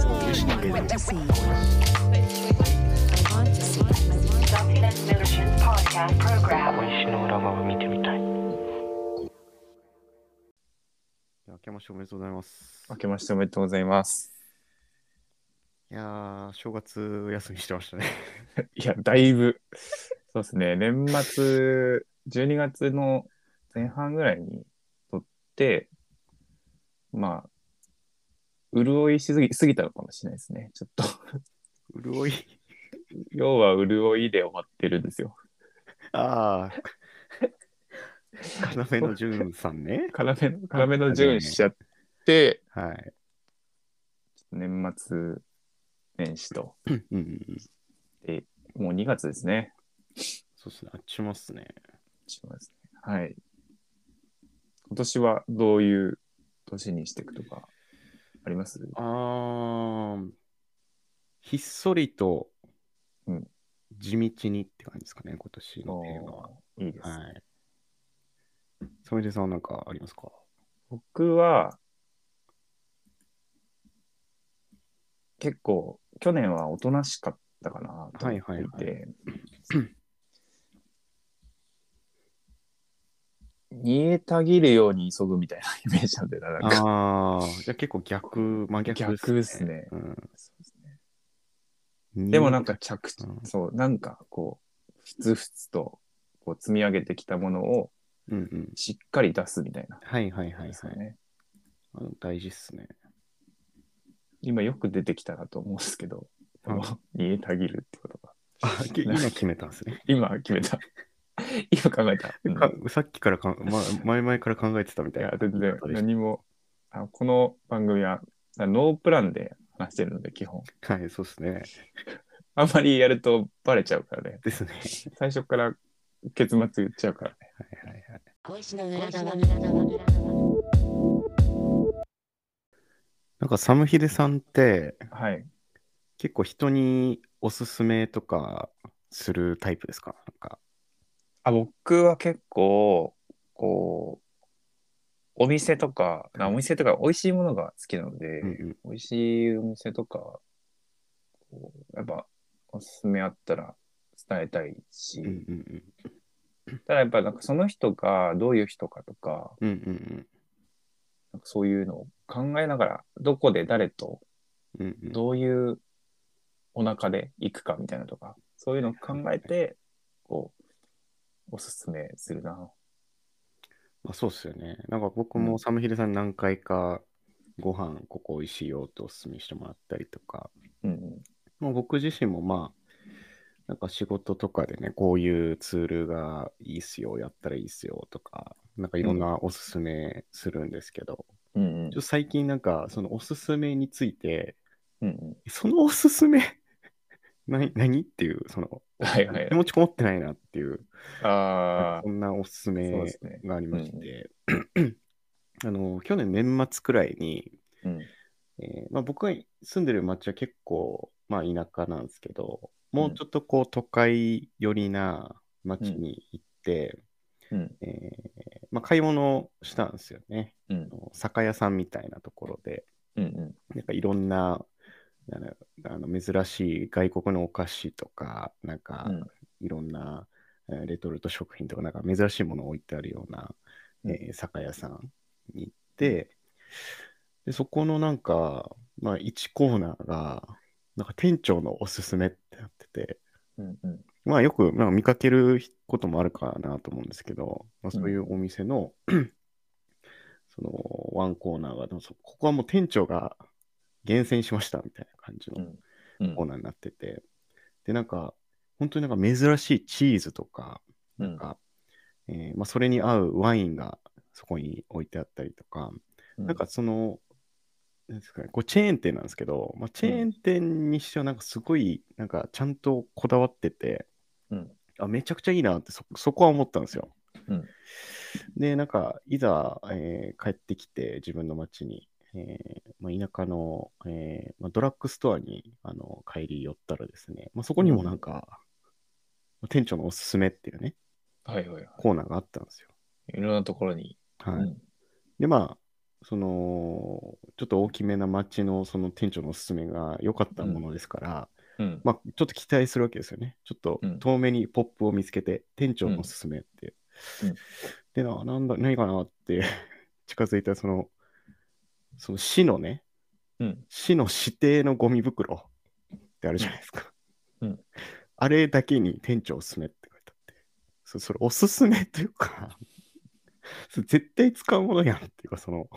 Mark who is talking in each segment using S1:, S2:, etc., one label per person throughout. S1: けど
S2: Document Motion Podcast Program.
S3: 小石の裏側見てみたい。
S1: 明けましておめでとうございます
S4: 明けましておめでとうございます。
S1: いやー正月休みしてましたね
S4: いや、だいぶ、そうですね、年末、12月の前半ぐらいに撮って、まあ、潤いしすぎすぎたのかもしれないですね。ちょっと、
S1: 潤い
S4: 要は潤いで終わってるんですよ。
S1: ああ要の潤さんね
S4: 要の、要の順しちゃって、
S1: はい、
S4: 年末年始と、
S1: うんうん、
S4: もう2月ですね。
S1: そうっすねあっちもっすね
S4: しますねはい。今年はどういう年にしていくとか、あります
S1: あーひっそりと
S4: うん
S1: 地道にって感じですかね、今年のテーマは。
S4: おーいいですね、
S1: はい。それでさんなんかありますか
S4: 僕は、結構、去年はおとなしかったかなと思っていて、
S1: はいはい
S4: 煮えたぎるように急ぐみたいなイメージなんでな、なんか。
S1: ああ、じゃあ結構逆、真逆ですね。
S4: 逆ですねそうですね
S1: うん
S4: でもなんか着地、
S1: うん
S4: そう、なんかこう、ふつふつとこう積み上げてきたものを
S1: うんうん。
S4: しっかり出すみたいな。
S1: はいはいはいはい。
S4: ですよね。
S1: あの大事っすね。
S4: 今よく出てきたなと思うんですけど、この煮えたぎるってことが。
S1: あ、き今決めたんですね。
S4: 今決めた。 今考えた。うん
S1: かさっきからかん、ま、前々から考えてたみ
S4: い
S1: たいな
S4: や、。全然何もあ。この番組はあノープランで話してるので、基本。
S1: はい、そうっすね。
S4: あんまりやるとバレちゃうからね。
S1: ですね。
S4: 最初から結末言っちゃうからね。
S1: はいはいはい。なんか、サムヒデさんって、
S4: はい。
S1: 結構人におすすめとかするタイプですかなんか。
S4: あ僕は結構こうお店とかなお店とか美味しいものが好きなので、
S1: うんうん
S4: 美味しいお店とかこうやっぱおすすめあったら伝えたいし、
S1: うんうん
S4: ただやっぱなんかその人がどういう人かとか
S1: うん。うんうん
S4: なんかそういうのを考えながらどこで誰と
S1: うん。うんうん
S4: どういうお腹で行くかみたいなとかそういうのを考えてこうおすすめするな。
S1: まあ、そうっすよね。なんか僕もサムヒデさんに何回かご飯ここ美味しいよっておすすめしてもらったりとか、
S4: うんうん
S1: まあ、僕自身もまあ、なんか仕事とかでね、こういうツールがいいっすよ、やったらいいっすよとか、なんかいろんなおすすめするんですけど、
S4: うんうん
S1: ちょ最近なんかそのおすすめについて、
S4: うんうん
S1: そのおすすめ 何、何っていう、その、
S4: はいはい
S1: 気。持ちこもってないなっていう、
S4: ああ、
S1: そんなおすすめ
S4: そうですね
S1: がありまして、 あの、去年年末くらいに、
S4: うん。
S1: えーまあ、僕が住んでる町は結構、まあ、田舎なんですけど、もうちょっとこう都会寄りな町に行って、
S4: うん
S1: えーまあ、買い物をしたんですよね。
S4: うん
S1: あの酒屋さんみたいなところで、
S4: うんうん。
S1: なんかいろんな、なんだあの珍しい外国のお菓子とか、なんか
S4: うん
S1: いろんな、えーレトルト食品とか、なんか珍しいものを置いてあるような、
S4: うん
S1: えー酒屋さんに行って、でそこのなんか、まあ、1コーナーが、なんか店長のおすすめってなってて、
S4: うんうん。
S1: まあよくまあ見かけることもあるかなと思うんですけど、まあ、そういうお店の、そのワンコーナーが、でもそここはもう店長が厳選しましたみたいな感じの
S4: うん
S1: コーナーになってて、で、なんか、本当になんか珍しいチーズとか、
S4: う
S1: なん
S4: ん
S1: か、えーまあ、それに合うワインがそこに置いてあったりとか、
S4: うん。
S1: なんかその、なんですかね、こうチェーン店なんですけど、まあ、チェーン店にしてはなんかすごい、なんかちゃんとこだわってて、
S4: うん
S1: あめちゃくちゃいいなってそ、そこは思ったんですよ。
S4: うん
S1: で、なんか、いざ、えー帰ってきて、自分の町に、えーまあ、田舎の、えーまあ、ドラッグストアにあの帰り寄ったらですね、まあ、そこにもなんか、店長のおすすめっていうね、
S4: はいはいは
S1: コーナーがあったんですよ。
S4: い。いろんなところに。
S1: はい。
S4: うん
S1: で、まあ、その、ちょっと大きめな街のその店長のおすすめが良かったものですから、
S4: うん。
S1: まあ、ちょっと期待するわけですよね。ちょっと
S4: うん
S1: 遠目にポップを見つけて、店長のおすすめって。
S4: うん
S1: でな、なんだ、何かなって 近づいたらその、その市のね、
S4: うん。
S1: 市の指定のゴミ袋ってあるじゃないですか。
S4: うん
S1: あれだけに店長おすすめって書いてあって、そそれおすすめというか、それ絶対使うものやんっていうか、その、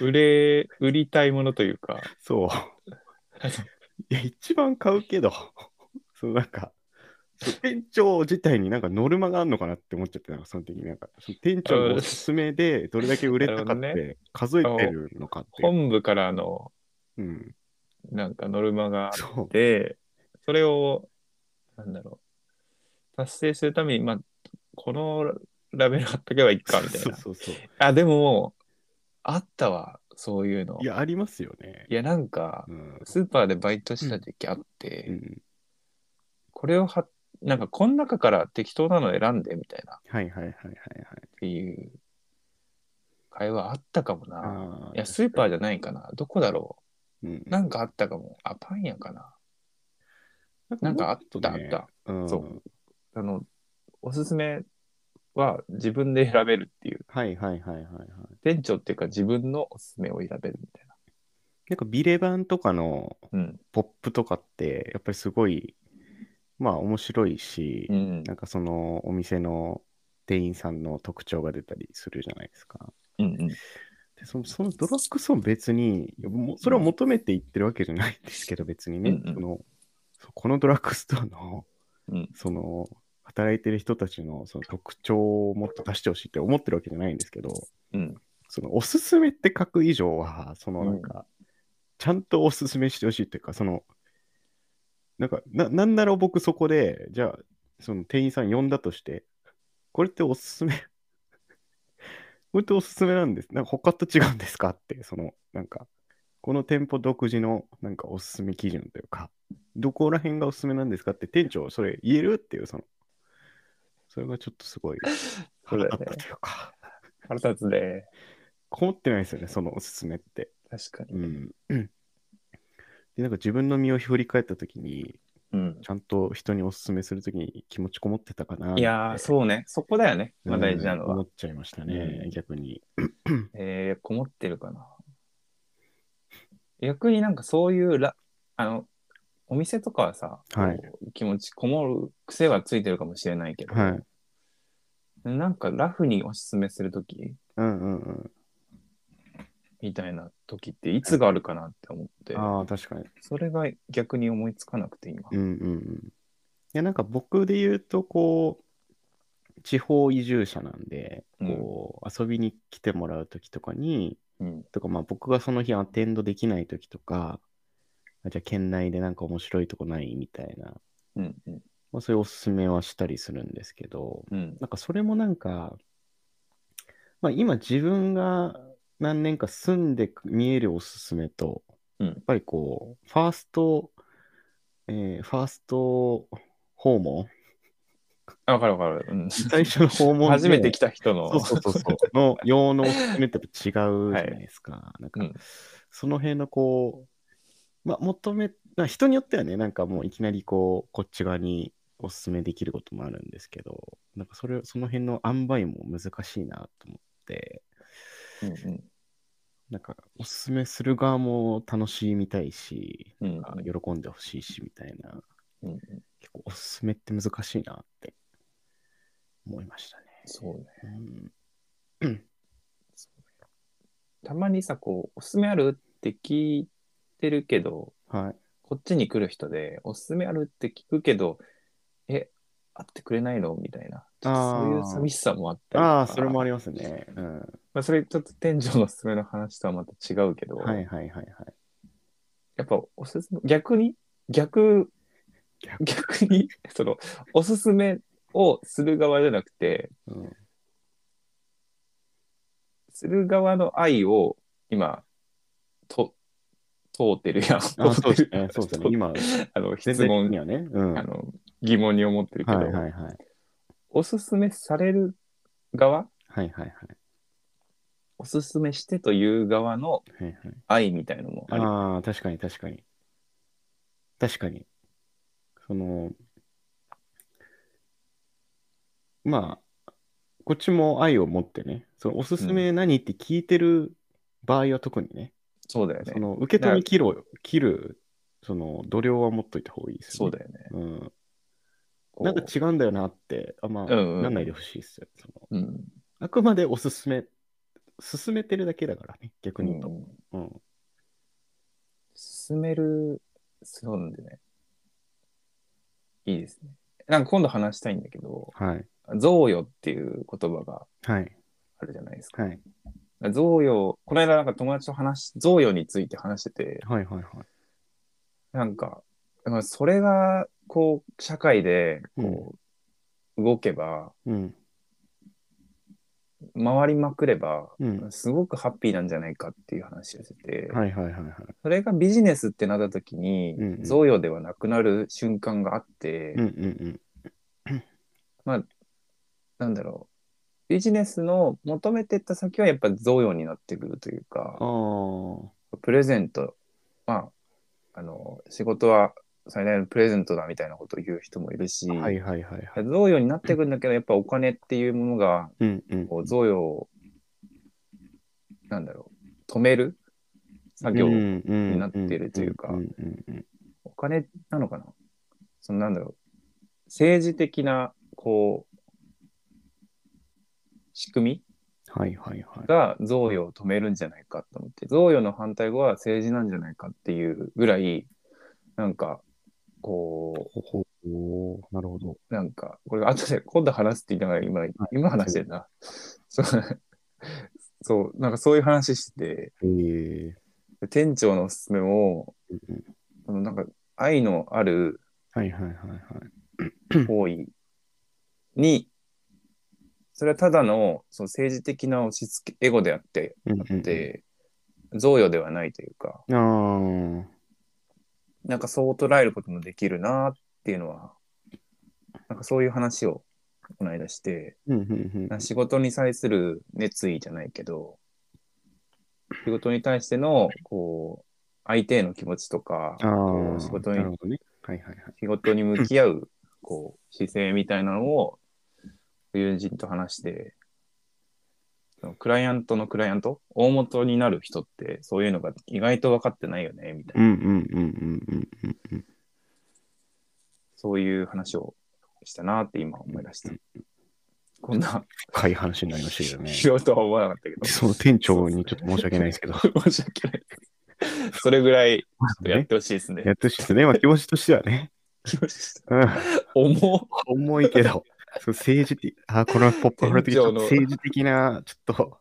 S4: 売れ、売りたいものというか、
S1: そう。いや、一番買うけど、 そのなんか、そう店長自体になんかノルマがあるのかなって思っちゃって、なんかその時になんか、その店長のおすすめでどれだけ売れたかっ
S4: なるほど
S1: て数えてるのかって。
S4: 本部からの、
S1: うん。
S4: なんかノルマがあ
S1: そう
S4: っ。て、それを、なんだろう、達成するために、まあ、このラベル貼っとけばいいか、みたい
S1: そう
S4: な。
S1: そうそう。
S4: あ、でも、あったわ、そういうの。
S1: いや、ありますよね。
S4: いや、なんか、
S1: うん。
S4: スーパーでバイトした時期あって、
S1: うん
S4: これをは、なんか、この中から適当なの選んで、みたいな、っ
S1: はいはいはいはいはい。
S4: ていう会話あったかも
S1: あ
S4: な。いや、スーパーじゃないかな。どこだろ
S1: ーうん
S4: う。なんかあったかも。あ、パン屋かな。なんかあった、あった。
S1: た。うん。
S4: そうあの、おすすめは自分で選べるっていう。
S1: はいはいはいはいはい。
S4: 店長っていうか、自分のおすすめを選べるみたいな。
S1: なんかビレ版とかの
S4: うん。
S1: ポップとかって、やっぱりすごい、まあ面白いし、
S4: うん。
S1: なんかそのお店の店員さんの特徴が出たりするじゃないですか。
S4: うんうん。
S1: でそのそのドラッグストアも別に、いやもうそれを求めていってるわけじゃないんですけど、別にね、
S4: うんうん
S1: そのそうこのドラッグストアの、
S4: うん
S1: その働いてる人たちのその特徴をもっと出してほしいって思ってるわけじゃないんですけど、
S4: うん。
S1: そのおすすめって書く以上は、そのなんか、ちゃんとおすすめしてほしいっていうか、その、なんか、ななんなら僕そこで、じゃあ、その店員さん呼んだとして、これっておすすめ、 これっておすすめなんです。なんか他と違うんですかって、その、なんか、この店舗独自のなんかおすすめ基準というか、どこら辺がおすすめなんですかって店長、それ言えるっていう、その、それがちょっとすごい、
S4: そうだ
S1: 腹立
S4: よね
S1: ったというか。
S4: 腹立つで、
S1: こもってないですよね、そのおすすめって。
S4: 確か
S1: う
S4: に。
S1: ん。で、なんか自分の身を振り返ったときに、
S4: うん。
S1: ちゃんと人におすすめするときに気持ちこもってたかな。
S4: いやー、
S1: う。
S4: そうね。そこだよね。まあ大事なの
S1: うん思
S4: は。
S1: っちゃいましたね、
S4: うん
S1: 逆に。
S4: えー、こもってるかな。逆になんかそういうら、あの、お店とかはさ、
S1: はい
S4: こう気持ちこもる癖はついてるかもしれないけど、
S1: はい。
S4: なんかラフにおすすめするとき
S1: うんうんうん。
S4: みたいなときっていつがあるかなって思って、
S1: ああ、確かに。
S4: それが逆に思いつかなくて今。
S1: うんうんうん。いや、なんか僕で言うと、こう、地方移住者なんで、こう、遊びに来てもらうときとかに、
S4: うん。
S1: とか、まあ僕がその日アテンドできない時とか、あじゃあ県内でなんか面白いとこないみたいな、
S4: うん。うん。
S1: まあそういうおすすめはしたりするんですけど、
S4: うん。
S1: なんかそれもなんか、まあ今自分が何年か住んで見えるおすすめと、
S4: うん
S1: やっぱりこう、ファースト、えーファースト訪 問
S4: あ、わかるわかる。うん。
S1: 最初の訪問で
S4: 初めて来た人の。
S1: そうそうそうそう。の用のおすすめってやっぱ違うじゃないですか。なんか、
S4: うん
S1: その辺のこう、まあ、求め、まあ人によってはね、なんかもういきなりこう、こっち側におすすめできることもあるんですけど、なんかそれ、その辺の塩梅も難しいなと思って、
S4: うん
S1: なんかおすすめする側も楽しみたいし、
S4: うん。うん。
S1: 喜んでほしいしみたいな、
S4: うん。
S1: 結構おすすめって難しいなって思いましたね。
S4: そうね。
S1: うん
S4: たまにさ、こう、おすすめあるって聞いてるけど、
S1: はい。
S4: こっちに来る人で、おすすめあるって聞くけど、え、会ってくれないのみたいな。ちょっと
S1: あー
S4: そういう寂しさもあったりとか
S1: ああ、それもありますね。うん。
S4: まあ、それちょっと店長のおすすめの話とはまた違うけど、
S1: はいはいはいはい。
S4: やっぱおすすめ、逆に、逆、
S1: 逆
S4: 逆に、 その、おすすめをする側じゃなくて、
S1: うん、
S4: する側の愛を今、と、通ってるやん。
S1: あそう
S4: 通
S1: で
S4: っ
S1: す
S4: てる
S1: ね。そうですね。今、
S4: あの、
S1: 全
S4: 質
S1: 然的
S4: 問
S1: にはね。うん。は
S4: あ
S1: い
S4: の疑問に思ってるけど、
S1: はいはい。はい
S4: おすすめされる側
S1: はいはい。
S4: おすすめしてという側の
S1: はいはい。
S4: 愛みたいのもある。
S1: ああ、確かに確かに。確かに。その、まあ、こっちも愛を持ってね、そのおすすめ何って聞いてる場合は特にね、
S4: そうだよ
S1: そ
S4: ね。
S1: の受け止めきろ、切る、その度量は持っといた方がいいです
S4: そ
S1: よ
S4: う
S1: ね。
S4: だよね。
S1: そうだよ。うん。
S4: こう
S1: なんか違うんだよなって、あまあ、
S4: うんうん
S1: なんないでほしいですよ。その
S4: うん。
S1: あくまでおすすめ、進めてるだけだからね、逆に言うと。
S4: うん
S1: うん。
S4: 進める、そうなんでね。いいですね。なんか今度話したいんだけど、
S1: はい。
S4: 贈与っていう言葉が
S1: はい。
S4: あるじゃないですか。
S1: はい。
S4: 贈与、この間なんか友達と話し、贈与について話してて、
S1: はい。はい。はい。
S4: なんか、まあそれが、こう、社会で、こう、動けば、
S1: うん。
S4: 回りまくれば、
S1: うん。
S4: すごくハッピーなんじゃないかっていう話をしてて、
S1: はいはいはいはい。
S4: それがビジネスってなった時に
S1: うんうん、
S4: 贈与ではなくなる瞬間があって、
S1: うんうん
S4: なんだろう。ビジネスの求めてった先はやっぱ贈与になってくるというか、
S1: うん。あ
S4: プレゼント、まあ、あの、仕事は最大のプレゼントだみたいなことを言う人もいるし、
S1: あ。はいはいはいはい。
S4: 贈与になってくるんだけど、やっぱお金っていうものが、
S1: うんうん。
S4: こう贈与を、なんだろう、止める作業
S1: に
S4: なってるというか
S1: うんうんうん。
S4: お金なのかなそのなんだろう政治的なこう仕組
S1: はいはいは
S4: み
S1: い。
S4: が贈与を止めるんじゃないかと思って贈与の反対語は政治なんじゃないかっていうぐらいなんかこ
S1: ほほおーなるほど。
S4: うなんかこれ後で今度話すって言いながら今、今話してるなそうそうなんかそういう話して
S1: ええ。
S4: て店長のおすすめも
S1: うんうん
S4: そのなんか愛のある
S1: はいはいはいはい。
S4: 行為に、それはただのその政治的な押し付け、エゴであって、
S1: うんうんうん
S4: で、贈与ではないというか、
S1: あー
S4: なんかそう捉えることもできるなっていうのは、なんかそういう話をこの間して、
S1: うんうん
S4: なんか仕事に対する熱意じゃないけど、仕事に対しての、こう、相手への気持ちとか、
S1: うん。あ
S4: こ
S1: あ。
S4: う仕事
S1: なる
S4: に
S1: ほどね。はいはいはい。
S4: 仕事に向き合う、こう、姿勢みたいなのを、友人と話して、そのクライアントのクライアント、大元になる人って、そういうのが意外と分かってないよね、みたいう
S1: ん
S4: な、
S1: うんうんうんうんうんうん。
S4: そういう話をしたなって今思い出した。こんな、
S1: 深い話になりましたけどね。
S4: しようとは思わなかったけど。
S1: その店長にちょっと申し訳ないですけど。
S4: 申し訳ない。それぐらいやっ
S1: ね
S4: てほしいですね
S1: や。ってほしいですね。まあ気持ちとしてはね。うん。
S4: 重
S1: 重いけ ど、そう政治的、あ、このポップフル的
S4: 店長の
S1: 政治的な、ちょっと、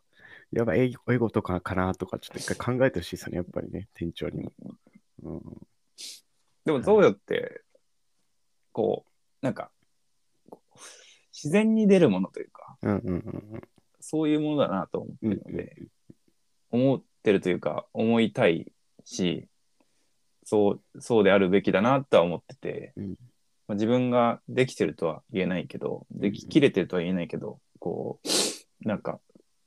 S1: やばい、英語英語とかかなとか、ちょっと一回考えてほしいですね、やっぱりね、店長にも。うん、
S4: でも贈与って、こう、なんか、こう自然に出るものというか、
S1: うん、うん、うん
S4: そういうものだなと思って
S1: うん。
S4: るので、思ってるというか、思いたいし、そう、そうであるべきだなとは思ってて、
S1: うん
S4: まあ、自分ができてるとは言えないけど、でき
S1: うん
S4: 切れてるとは言えないけど、こう、なんか、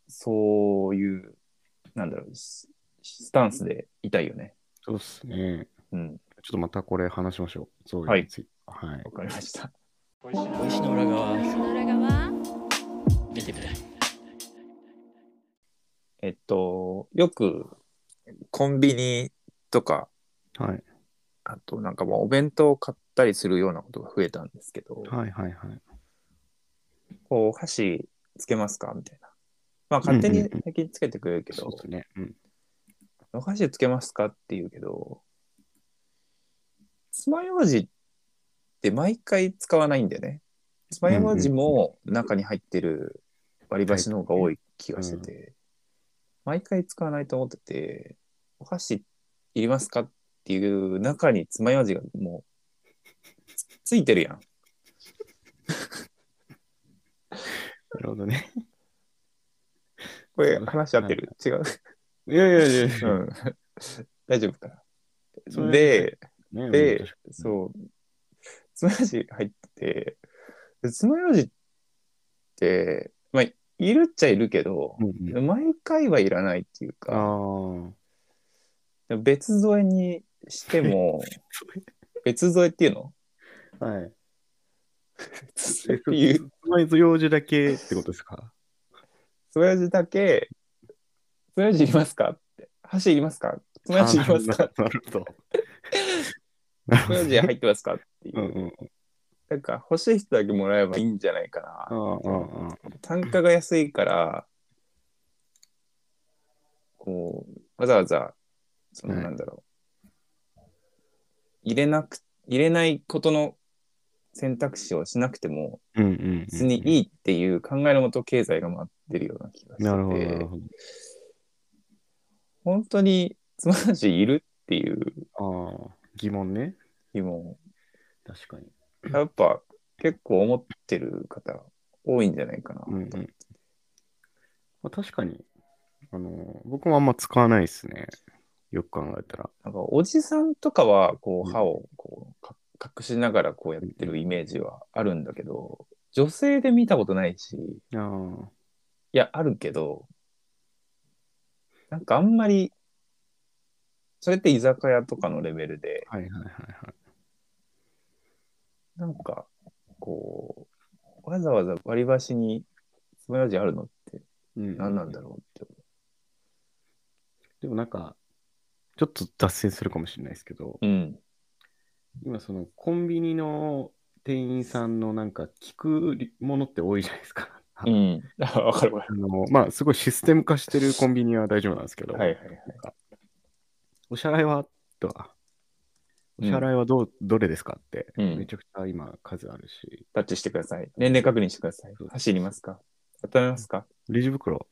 S4: そういう、なんだろう、ススタンスでいたいよね。
S1: そうですね。
S4: うん、
S1: ちょっとまたこれ話しましょう。そう
S4: はい
S1: についてはい。
S4: わかりました。
S3: 小石の裏側
S5: 石の裏側
S3: 見てみたい
S4: えっと、よく、コンビニとか、
S1: はい。
S4: あとなんかもうお弁当を買ったりするようなことが増えたんですけど、
S1: はい、はい、はい。
S4: こう、お箸つけますかみたいな。まあ、勝手
S1: うん
S4: に
S1: うんうん
S4: 最近つけてくれるけど、
S1: そうですね。うん。
S4: お箸つけますかって言うけど、爪楊枝って毎回使わないんだよね。爪楊枝も中に入ってる割り箸の方が多い気がしてて、毎回使わないと思ってて、お箸いりますかっていう中に爪楊枝がもうつついてるやん。
S1: なるほどね。
S4: これ話合ってる違う
S1: いやいやいや
S4: う。ん 大丈夫か
S1: そ
S4: な。
S1: れ
S4: で、
S1: ね、
S4: で
S1: うん、
S4: そう、つまようじ入ってて、つまようじって、まあ、いるっちゃいるけど、
S1: うんうん
S4: 毎回はいらないっていうか、
S1: ああ。
S4: 別添えにして も、別添えっていうの
S1: はい。
S4: 別
S1: え
S4: 添えっていう
S1: つまり用事だけってことですか
S4: つまようじだけ、つまようじいりますかって、箸いりますかつまようじいります か
S1: あなるほど。
S4: つまようじ入ってますかっていう。
S1: うんうん。
S4: なんか欲しい人だけもらえばいいんじゃないか
S1: あ
S4: な。
S1: あ、ああ。
S4: 単価が安いから、こう、わざわざ、その
S1: はい
S4: なんだろう。入れなく、入れないことの選択肢をしなくても、
S1: うんうん。
S4: 別に
S1: い。
S4: いいっていう考えのもと経済が回ってるような気がして。
S1: なるほど、なるほど。
S4: 本当につまようじいるっていう
S1: ああ、疑問ね。
S4: 疑問
S1: 確かに。
S4: やっぱ結構思ってる方多いんじゃないかな。
S1: うんうん。まあ、確かに。あの、僕もあんま使わないですね。よく考えたら。
S4: なんかおじさんとかはこ
S1: う
S4: うん歯をこうか隠しながらこうやってるイメージはあるんだけど、女性で見たことないし、い
S1: あ
S4: や、あるけど、なんかあんまり、それって居酒屋とかのレベルで、
S1: あ、はいはいはいはい。
S4: なんか、こう、わざわざ割り箸につまようじあるのって
S1: うん
S4: 何なんだろうって
S1: でもなんか、ちょっと脱線するかもしれないですけど、
S4: 思う。うん。
S1: 今そのコンビニの店員さんのなんか聞くものって多いじゃないですか。あの
S4: ん。あ、わかるわか
S1: あのまあ、すごいシステム化してるコンビニは大丈夫なんですけど、
S4: る。はいはいはい。
S1: お支払いはとか、お支払いはどう、どれですかって、
S4: うん
S1: めちゃくちゃ今数あるし、
S4: タッチしてください。年齢確認してください
S1: そう。
S4: 走りますか温めますか
S1: レジ袋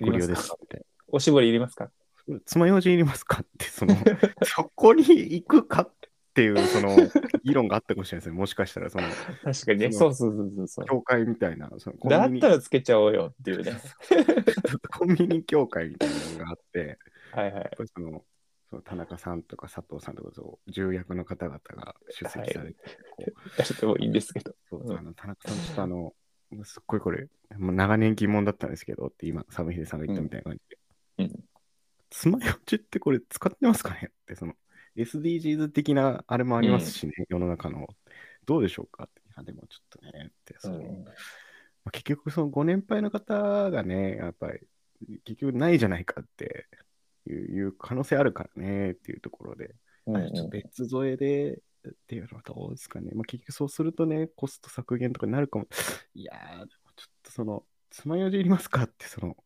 S1: ご利用ですかって、
S4: おしぼりいりますか
S1: つまようじいりますかって、そ の、そこに行くかっていう、その、議論があったかもしれないですね。もしかしたら、その、
S4: 確かにね。
S1: そ
S4: そううそうそうそうそ
S1: 協会みたいな、そのコン
S4: う。
S1: ビ
S4: だっ
S1: ニ
S4: たらつけちゃおうよってい うね。
S1: コンビニ協会みたいなのがあって、やっ
S4: はいはい。
S1: ぱりその、その田中さんとか佐藤さんとかそう重役の方々が出席されて、こ
S4: やってもいいんですけど。
S1: うそう
S4: うん
S1: あの田中さんちょっとあの、すっごいこれ、もう長年疑問だったんですけどって今、サムヒデさんが言ったみたいな感
S4: うん
S1: じ
S4: う
S1: で
S4: ん、
S1: つまようじってこれ使ってますかねって、その SDGs 的なあれもありますしね、世の中の。どうでしょうかって、あでもちょっとねって、その、まあ結局そのご年配の方がね、やっぱり結局ないじゃないかっていういう可能性あるからねっていうところで、
S4: うん
S1: あちょっと別添えでっていうのはどうですかね。まあ、結局そうするとね、コスト削減とかになるかも。いやー、でもちょっとその、つまようじいりますかってその、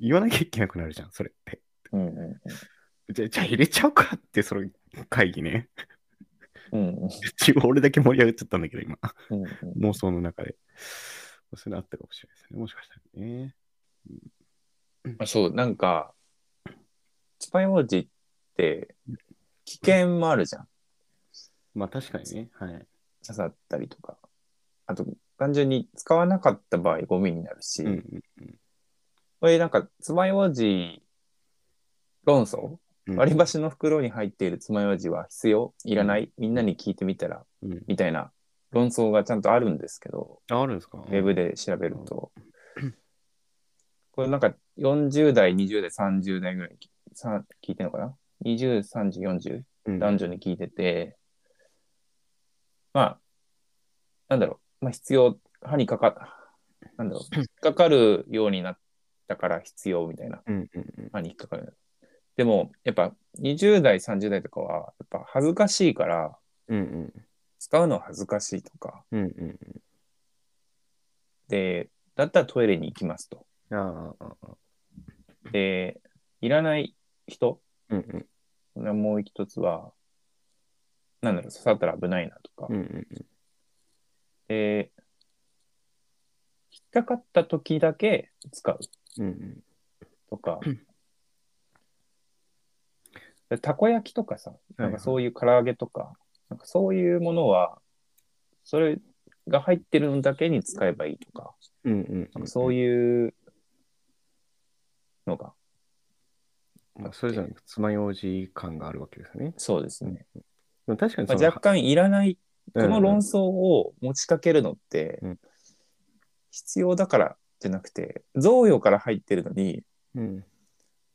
S1: 言わなきゃいけなくなるじゃん、それって。
S4: うんう
S1: じゃじゃあ入れちゃおうかって、その会議ね。
S4: んうん
S1: 一応俺だけ盛り上がっちゃったんだけど、今。
S4: うんうん
S1: 妄想の中で。そういうのあったかもしれないですね。もしかしたらね。
S4: まあそう、なんか、スパイ文字って危険もあるじゃん。
S1: まあ確かにね。はい。
S4: 刺さったりとか。あと、単純に使わなかった場合ゴミになるし。
S1: うん
S4: これなんか、つまようじ論争
S1: うん。
S4: 割り箸の袋に入っている爪楊枝は必要いらないみんなに聞いてみたら
S1: うん
S4: みたいな論争がちゃんとあるんですけど、
S1: ああるんですか
S4: ウェブで調べると、 これなんか40代20代30代ぐらいさ聞いてるのかな203040
S1: うん
S4: 男女に聞いてて、まあなんだろう、まあ、必要歯にかかなんだろ う引っかかるようになったから必要みたいな
S1: うんうんうん。
S4: まあ、に引っかかる。でも、やっぱ20代、30代とかは、やっぱ恥ずかしいから、
S1: うん
S4: 使うの恥ずかしいとか、
S1: うん。うん
S4: で、だったらトイレに行きますと。
S1: うん。ああ。
S4: で、いらない人、
S1: うんうん。
S4: もう一つは、なんだろう、刺さったら危ないなとか。
S1: うんうん。
S4: で、引っかかった時だけ使う
S1: うんうん。
S4: とか。でたこ焼きとかさ、なんかそういう唐揚げとか、なんかそういうものは、それが入ってるのだけに使えばいいとか、
S1: うんうん
S4: な
S1: うんん。
S4: かそういうのが、
S1: まあそれぞれの爪楊枝感があるわけですね。
S4: そうですね。
S1: でも確かに
S4: ま
S1: そ
S4: あ、
S1: の
S4: 若干いらない、この論
S1: 争
S4: 争を持ちかけるのって
S1: うん、
S4: 必要だからじゃなくて贈与から入ってるのに
S1: うん。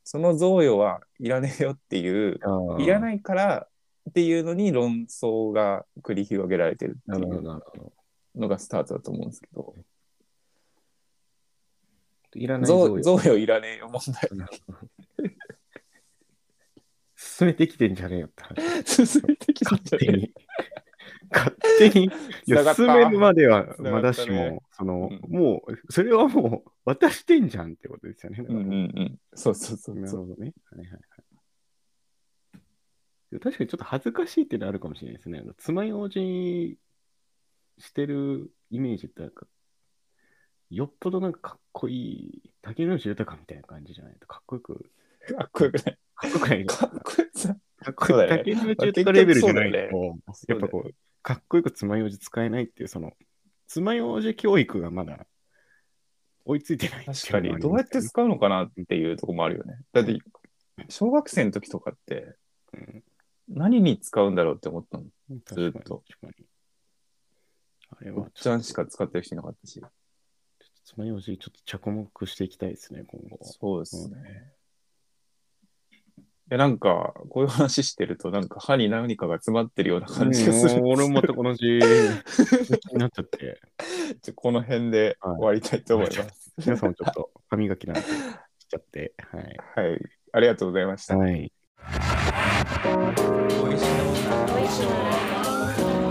S4: その贈与はいらねえよっていういら
S1: い。
S4: ないからっていうのに論争が繰り広げられてる
S1: な
S4: って
S1: る
S4: い
S1: ほど、
S4: う
S1: なるほど。
S4: のがスタートだと思うんですけど
S1: いらない贈
S4: 贈
S1: 与
S4: 贈与いらねえよ問題
S1: 進めてきてんじゃねえよって話。
S4: 進めてきたんじ
S1: 勝
S4: ゃ
S1: 手
S4: ね
S1: に。勝手 に。い
S4: え繋が
S1: や、
S4: った
S1: 進めるまでは
S4: 繋が
S1: ま
S4: ったね
S1: だしも、その
S4: うん、
S1: もう、それはもう渡してんじゃんってことですよね。だか
S4: うん
S1: ら
S4: うんうんそうそうそう
S1: な
S4: そ
S1: る
S4: う
S1: ほどね。はいはいはいでも。確かにちょっと恥ずかしいっていうのはあるかもしれないですね。あの爪楊枝してるイメージってなんか、よっぽどなんかかっこいい、竹野内豊みたいな感じじゃないとかっこよく、
S4: かっこよくない
S1: かっこよくない。か
S4: かっこよくない
S1: っこよく、
S4: そうだよね
S1: 竹野内豊レベルじゃないと、
S4: まあ結
S1: やっぱこう、かっこよく爪楊枝使えないっていう、その、爪楊枝教育がまだ追いついてないってい
S4: 確か
S1: うのはありますよね、
S4: にどうやって使うのかなっていうとこもあるよねだって小学生の時とかって
S1: うん
S4: 何に使うんだろうって思ったの
S1: ず
S4: ずっと。
S1: 確かにあれ
S4: お
S1: は
S4: っ、ちゃんしか使ってる人いなかったし
S1: 爪楊枝ちょっと着目していきたいですね、今後。
S4: そうですね。いや、なんか、こういう話してると、なんか歯に何かが詰まってるような感じがす
S1: う
S4: る。
S1: ん 俺も全く同じ気になっちゃって、
S4: じゃあこの辺で
S1: はい
S4: 終わりたいと思います。
S1: 皆さんもちょっと歯磨きなんかしちゃって、はい。
S4: はい。ありがとうございました。
S1: はい。
S3: 美味しいの裏側